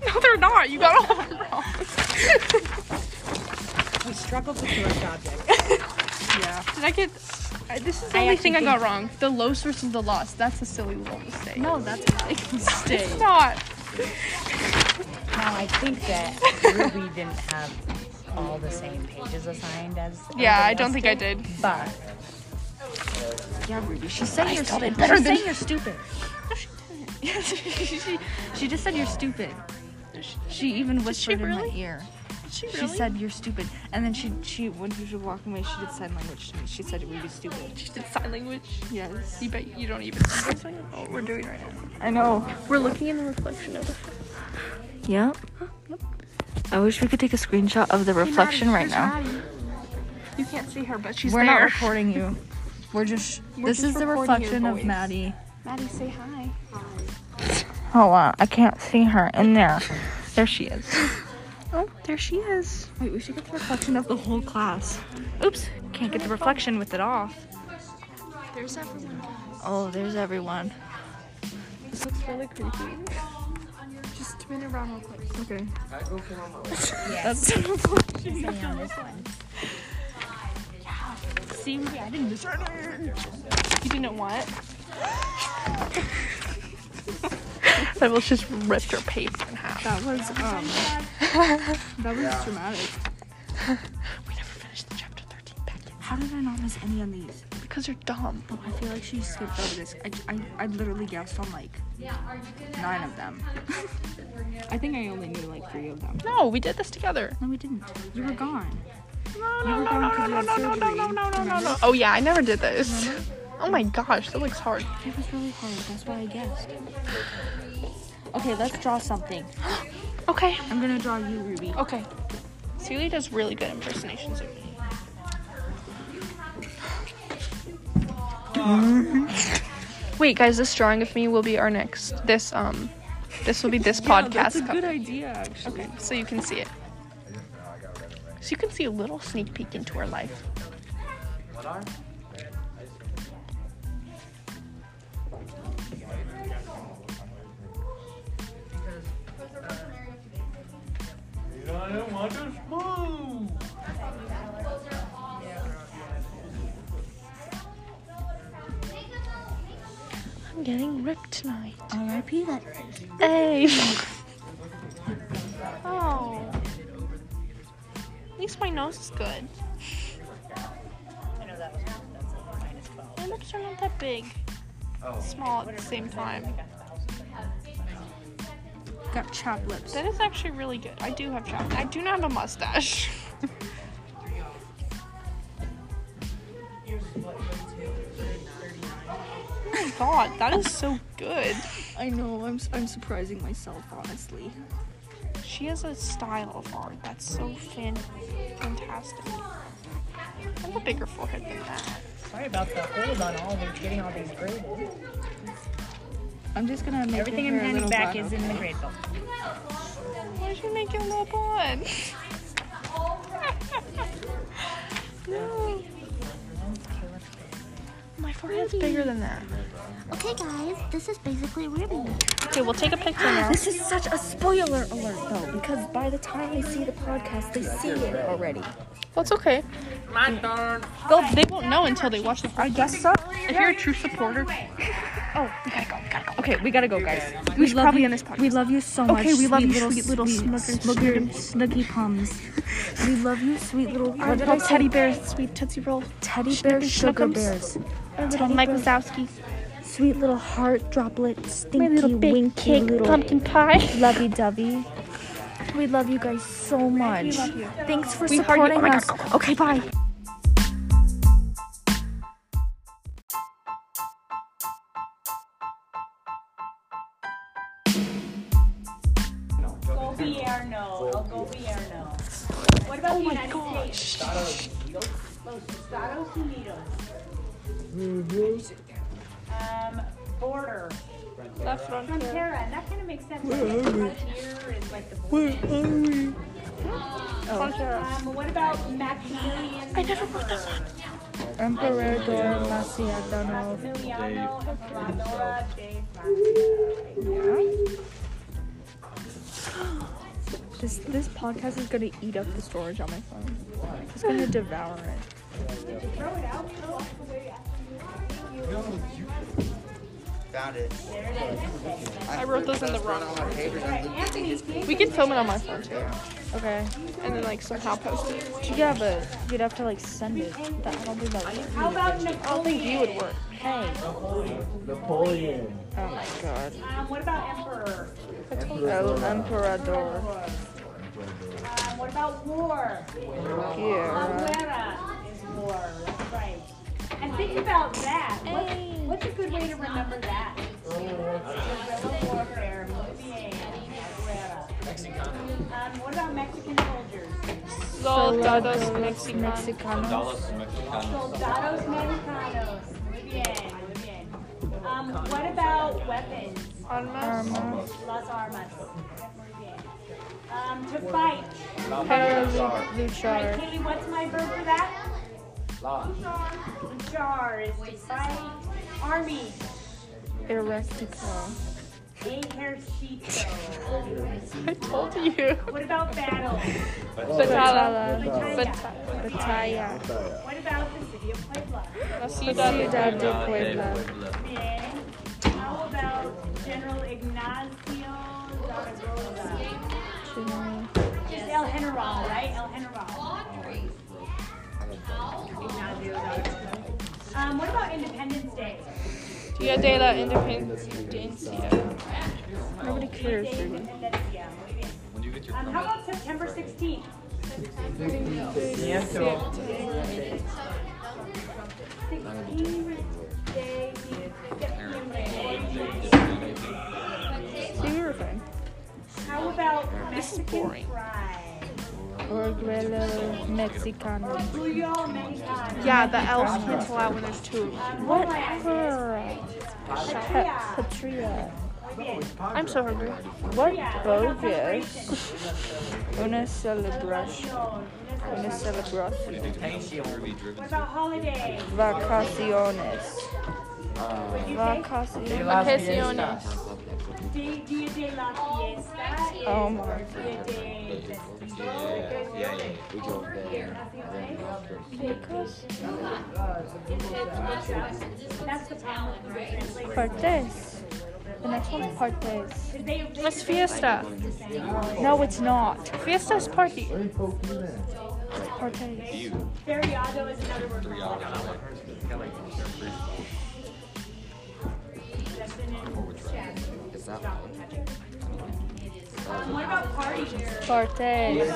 [SPEAKER 1] No, they're not. You got all of them wrong. we struggled with the correct object. yeah. Did I get? I, this is the only thing I got wrong. The lows versus the loss. That's a silly little mistake.
[SPEAKER 3] No, that's a big mistake.
[SPEAKER 1] It's not.
[SPEAKER 10] Now I think that Ruby didn't have all the same pages assigned as.
[SPEAKER 1] Yeah, I
[SPEAKER 10] everybody
[SPEAKER 1] don't
[SPEAKER 10] else
[SPEAKER 1] think I did.
[SPEAKER 10] did, But
[SPEAKER 3] Yeah, Ruby. She said you're stupid.
[SPEAKER 1] better
[SPEAKER 3] She
[SPEAKER 1] than-
[SPEAKER 3] said you're stupid. Yes, she, she, she just said you're stupid. She even whispered in
[SPEAKER 1] really?
[SPEAKER 3] my ear.
[SPEAKER 1] She
[SPEAKER 3] She said you're stupid, and then she she when she was walking away, she did sign language to me. She said we be stupid.
[SPEAKER 1] she did sign language.
[SPEAKER 3] Yes.
[SPEAKER 1] You bet you don't even know what we're doing right now.
[SPEAKER 3] I know.
[SPEAKER 1] We're looking in the reflection of the
[SPEAKER 3] Yep. I wish we could take a screenshot of the reflection right now.
[SPEAKER 1] You can't see her, but she's
[SPEAKER 2] We're not
[SPEAKER 1] there.
[SPEAKER 2] recording you. We're just.
[SPEAKER 1] We're
[SPEAKER 2] this
[SPEAKER 1] just
[SPEAKER 2] is the
[SPEAKER 1] recording your
[SPEAKER 2] reflection of
[SPEAKER 1] voice.
[SPEAKER 2] Maddie.
[SPEAKER 1] Maddie, say hi.
[SPEAKER 2] Hold on, I can't see her in there. There she is.
[SPEAKER 1] Oh, there she is.
[SPEAKER 3] Wait, we should get the reflection of the whole class. Oops, can't get the reflection with it off.
[SPEAKER 1] There's everyone.
[SPEAKER 3] Oh, there's everyone.
[SPEAKER 1] This looks really creepy. Just spin around real quick.
[SPEAKER 3] Okay.
[SPEAKER 2] That's
[SPEAKER 3] See, Ruby, I didn't miss her.
[SPEAKER 1] You didn't what?
[SPEAKER 3] I will just rip
[SPEAKER 1] Your paper in half.
[SPEAKER 3] That was um.
[SPEAKER 1] um,
[SPEAKER 3] that was dramatic.
[SPEAKER 1] We never finished the chapter 13 packet.
[SPEAKER 3] How did I not miss any on these?
[SPEAKER 1] Because you're dumb.
[SPEAKER 3] Oh, I feel like she skipped over this. I, I, I literally guessed on like nine of them. I think I only knew like three of them.
[SPEAKER 1] No, we did this together.
[SPEAKER 3] No, we didn't. You were gone.
[SPEAKER 1] No, no, no, no, no, no, no, no, no, no, no, no, no. Oh yeah, I never did this. Oh my gosh, that looks hard.
[SPEAKER 3] It was really hard. That's why I guessed. Okay, let's draw something.
[SPEAKER 1] Okay.
[SPEAKER 3] I'm gonna draw you, Ruby.
[SPEAKER 1] Okay. Celia does really good impersonations of me. Wait, guys, this drawing of me will be our next this um This will be this
[SPEAKER 2] Yeah,
[SPEAKER 1] podcast.
[SPEAKER 2] that's a
[SPEAKER 1] cover.
[SPEAKER 2] good idea, actually.
[SPEAKER 1] Okay, so you can see it. So you can see a little sneak peek into our life. I'm getting ripped tonight.
[SPEAKER 2] Uh-huh.
[SPEAKER 7] R.I.P. that
[SPEAKER 1] Hey. oh. At least my nose is good. My lips are not that big. Small at the same time.
[SPEAKER 2] Got chap lips.
[SPEAKER 1] That is actually really good. I do have chopped. I do not have a mustache. oh my god, that is so good.
[SPEAKER 3] I know. I'm s- I'm surprising myself, honestly.
[SPEAKER 1] She has a style of art that's so fan- fantastic. I have a bigger forehead than that.
[SPEAKER 10] Sorry about the hold on all these getting all these graded.
[SPEAKER 3] I'm just gonna make
[SPEAKER 10] Everything I'm handing back is in the grade book.
[SPEAKER 1] Why'd you make it a little blonde? no. My forehead's bigger than that.
[SPEAKER 7] Okay, guys, this is basically Ruby.
[SPEAKER 1] Okay, we'll take a picture now.
[SPEAKER 11] This is such a spoiler alert, though, because by the time they see the podcast, they see it already.
[SPEAKER 1] That's okay. My turn. They'll, they won't know until they watch the. I guess so. If you're a true supporter. Oh, we gotta go. we Gotta go. Okay,
[SPEAKER 11] Okay, we gotta go, guys.
[SPEAKER 1] we, should probably end this podcast.
[SPEAKER 11] We love you so much.
[SPEAKER 1] Okay, we love
[SPEAKER 11] sweet
[SPEAKER 1] you, sweet little smuggers,
[SPEAKER 11] smugger, snuggy pums. We love you, sweet little
[SPEAKER 1] Our
[SPEAKER 11] what did
[SPEAKER 1] little
[SPEAKER 11] I say?
[SPEAKER 1] teddy bears, sweet Tootsie Roll,
[SPEAKER 11] teddy bear
[SPEAKER 1] schnickers,
[SPEAKER 11] sugar
[SPEAKER 1] schnuckums.
[SPEAKER 11] bears,
[SPEAKER 1] our little Mike Wazowski,
[SPEAKER 11] sweet little heart droplet, stinky
[SPEAKER 1] my little big
[SPEAKER 11] winky
[SPEAKER 1] cake,
[SPEAKER 11] little
[SPEAKER 1] pumpkin pie.
[SPEAKER 11] lovey dovey. We love you guys so much. Thanks for
[SPEAKER 1] We heart you. Oh
[SPEAKER 11] supporting
[SPEAKER 1] my God,
[SPEAKER 11] us.
[SPEAKER 1] go, go,
[SPEAKER 11] Okay, bye.
[SPEAKER 9] Go Vierno. El Go Vierno. What about the United States? Estados Unidos. Mm-hmm. Um, border. Frontera. Not gonna make sense. Frontier is like the border. Um, what about Maximilian? I never wrote that one.
[SPEAKER 3] Emperor Dora Maciadano.
[SPEAKER 9] Maximiliano Emperadora de
[SPEAKER 3] This this podcast is gonna eat up the storage on my phone. It's gonna devour it.
[SPEAKER 12] Found it.
[SPEAKER 1] I wrote those in the wrong order. We can film it on my phone too,
[SPEAKER 3] Okay.
[SPEAKER 1] and then like somehow post it.
[SPEAKER 3] Yeah, but you'd have to like send it. That, I don't think that would work.
[SPEAKER 9] How about Napoleon?
[SPEAKER 12] Napoleon.
[SPEAKER 3] Oh my god.
[SPEAKER 9] Um, what about Emperor?
[SPEAKER 3] El Emperador.
[SPEAKER 9] Um, what about war? La
[SPEAKER 3] Here.
[SPEAKER 9] guerra is war, that's right. And think about that. What's, what's a good way to remember that? Guerrilla warfare, muy bien, la guerra. Um, what about Mexican soldiers?
[SPEAKER 1] Soldados Mexicanos.
[SPEAKER 3] Mexicano.
[SPEAKER 9] Soldados mexicanos. Muy bien, muy bien. Um, what about weapons?
[SPEAKER 3] Arma.
[SPEAKER 9] Las armas. Muy bien. Um, to fight.
[SPEAKER 3] Para luchar.
[SPEAKER 9] Katie, what's my verb for that? Jar is to fight. Army.
[SPEAKER 3] Erestico.
[SPEAKER 9] Ejercito.
[SPEAKER 1] I told you.
[SPEAKER 9] What about battle?
[SPEAKER 1] Batalla.
[SPEAKER 9] Batalla.
[SPEAKER 3] Batalla.
[SPEAKER 9] What about the city of Puebla?
[SPEAKER 1] La ciudad.
[SPEAKER 3] Ciudad de Puebla.
[SPEAKER 9] Bien. How about General Ignacio Zaragoza? Just El General, right? El General. Ignacio Zaragoza. Um, what about Independence Day?
[SPEAKER 1] Dia de la Independencia.
[SPEAKER 3] Nobody cares.
[SPEAKER 9] Day of
[SPEAKER 3] Ruby.
[SPEAKER 9] Independencia. Muy bien. Um, how about September 16th? Sixteenth Day September.
[SPEAKER 3] See, we were fine.
[SPEAKER 9] How about Mexican
[SPEAKER 1] boring.
[SPEAKER 9] fries?
[SPEAKER 3] Orguello
[SPEAKER 9] Or
[SPEAKER 3] Mexicano.
[SPEAKER 9] Booyah Mexicano?
[SPEAKER 1] Yeah, the L's cancel out when there's two.
[SPEAKER 9] Um, what? Patria.
[SPEAKER 3] Patria.
[SPEAKER 9] Muy
[SPEAKER 1] I'm so hungry.
[SPEAKER 2] What bogus? Una celebration. Una celebración.
[SPEAKER 9] What about holidays?
[SPEAKER 2] Vacaciones.
[SPEAKER 9] Vacaciones.
[SPEAKER 2] Vacaciones.
[SPEAKER 9] Dia Dia de la Fiesta.
[SPEAKER 2] Oh my.
[SPEAKER 9] Dia de Festivo. That's the problem.
[SPEAKER 2] Partes. The next one's partes.
[SPEAKER 1] That's fiesta.
[SPEAKER 2] No, it's not.
[SPEAKER 1] Fiesta's party.
[SPEAKER 2] Partes.
[SPEAKER 9] Feriado is another word. Um, what about parties?
[SPEAKER 2] Partes.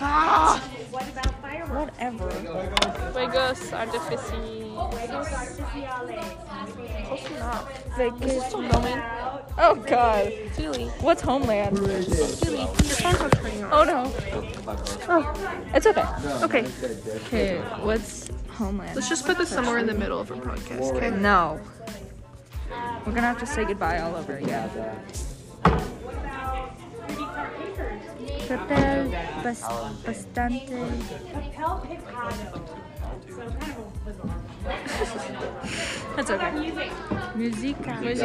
[SPEAKER 1] Ah!
[SPEAKER 9] What about fireworks?
[SPEAKER 2] Whatever.
[SPEAKER 1] Fuegos artificiales.
[SPEAKER 2] Vacation. Oh god.
[SPEAKER 1] Julie.
[SPEAKER 2] What's homeland?
[SPEAKER 1] Julie, your phone's not turning on.
[SPEAKER 2] Oh no.
[SPEAKER 1] Oh,
[SPEAKER 2] It's okay.
[SPEAKER 1] okay.
[SPEAKER 3] Okay, what's homeland?
[SPEAKER 1] Let's just put this somewhere in the middle of our podcast, okay?
[SPEAKER 3] No. We're gonna have to say goodbye all over again.
[SPEAKER 11] Papel bas- bastante.
[SPEAKER 9] Papel picado. So kind of a was
[SPEAKER 3] That's okay.
[SPEAKER 9] music.
[SPEAKER 3] Musica.
[SPEAKER 9] Oh, okay.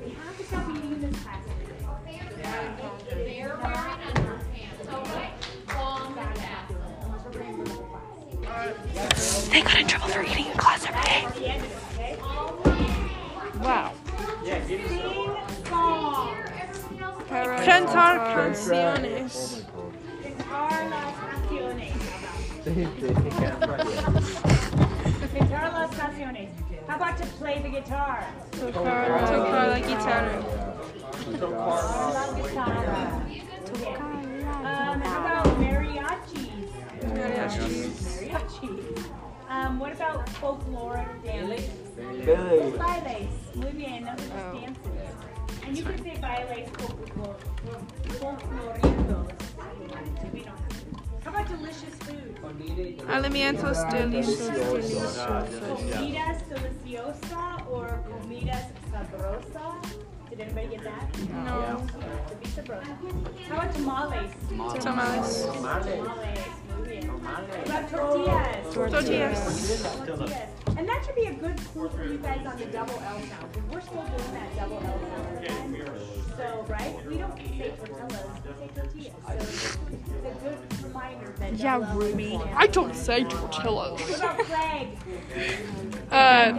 [SPEAKER 9] We have to stop eating this class.
[SPEAKER 2] They got in trouble for eating in class every day. Wow.
[SPEAKER 9] Sing song.
[SPEAKER 1] Cantar canciones.
[SPEAKER 9] Cantar las canciones. Cantar las canciones. How about to play the guitar?
[SPEAKER 1] Tocar la guitarra.
[SPEAKER 9] Tocar la guitarra. Um, how about mariachis? Mariachis. Um, what about folkloric dances? Bailes. Muy bien, those are just dances. And you can say bailes folklor- folklóricos. We don't have to. How about delicious food?
[SPEAKER 1] Alimentos deliciosos.
[SPEAKER 9] Comidas deliciosa or comidas sabrosa? Did anybody get that?
[SPEAKER 1] No.
[SPEAKER 9] Could be sabrosa. How about tamales?
[SPEAKER 1] Tamales.
[SPEAKER 9] Tamales. Muy bien. What about tortillas?
[SPEAKER 1] Tortillas.
[SPEAKER 9] Yes. And that should be a good clue for you guys on the double L sound, because we're still doing that double L sound. again. So, right? We don't say tortillas, we say tortillas. So it's a good reminder that double L sound.
[SPEAKER 1] I don't say tortillas.
[SPEAKER 9] What about flag?
[SPEAKER 1] Uh,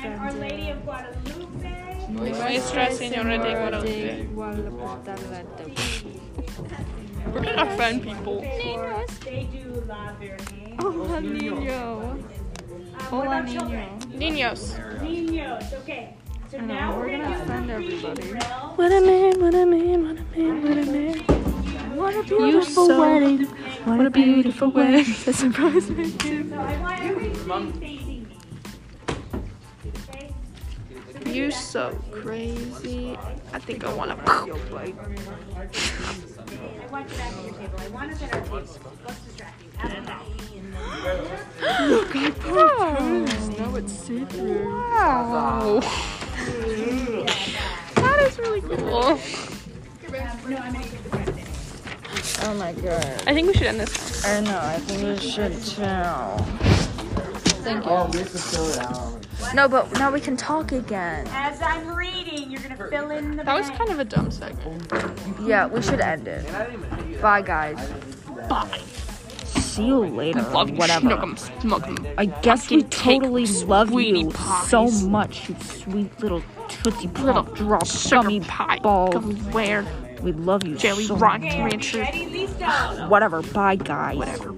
[SPEAKER 9] And Our Lady of Guadalupe.
[SPEAKER 1] Nuestra Señora de Guadalupe. We're gonna offend people.
[SPEAKER 9] They do La Verne.
[SPEAKER 3] Hola, niño.
[SPEAKER 9] Um, what
[SPEAKER 3] Hola,
[SPEAKER 9] about
[SPEAKER 3] niño.
[SPEAKER 9] children?
[SPEAKER 1] Niños.
[SPEAKER 9] Niños, okay. So
[SPEAKER 3] know,
[SPEAKER 9] now
[SPEAKER 3] we're
[SPEAKER 9] we're
[SPEAKER 3] gonna
[SPEAKER 9] gonna do
[SPEAKER 3] offend
[SPEAKER 9] the reading
[SPEAKER 3] everybody.
[SPEAKER 9] drill.
[SPEAKER 2] What a man, what a man, what a man, what a man.
[SPEAKER 7] What a beautiful wedding. What a beautiful wedding.
[SPEAKER 3] The surprise me.
[SPEAKER 9] So I want everything facing me. Okay?
[SPEAKER 1] You so crazy. I think I wanna poop.
[SPEAKER 9] I want you back at your table. I want us at our table. Let's distract you. After that.
[SPEAKER 3] Now it's see through.
[SPEAKER 1] That is really cool.
[SPEAKER 9] Um, no, I'm gonna give the credit.
[SPEAKER 3] Oh my god.
[SPEAKER 1] I think we should end this.
[SPEAKER 3] I know, I think we should tell. Thank you. No, but now we can talk again.
[SPEAKER 9] As I'm reading, you're gonna fill in the
[SPEAKER 1] That was
[SPEAKER 9] blank.
[SPEAKER 1] kind of a dumb segment.
[SPEAKER 3] Yeah, we should end it. Bye, guys.
[SPEAKER 1] Bye.
[SPEAKER 3] See you later.
[SPEAKER 1] Love you,
[SPEAKER 3] whatever.
[SPEAKER 1] schnookums, smookums.
[SPEAKER 3] I guess we
[SPEAKER 1] Fucking take
[SPEAKER 3] totally love
[SPEAKER 1] sweetie
[SPEAKER 3] you
[SPEAKER 1] pies.
[SPEAKER 3] so much, you sweet little tootsie
[SPEAKER 1] Little
[SPEAKER 3] pop drop
[SPEAKER 1] sugar
[SPEAKER 3] gummy
[SPEAKER 1] pie,
[SPEAKER 3] balls.
[SPEAKER 1] gummy wear,
[SPEAKER 3] We love you
[SPEAKER 1] jelly,
[SPEAKER 3] so
[SPEAKER 1] rock,
[SPEAKER 9] Okay,
[SPEAKER 1] rancher,
[SPEAKER 9] ready, Lisa?
[SPEAKER 3] much. Whatever. Bye, guys. Whatever.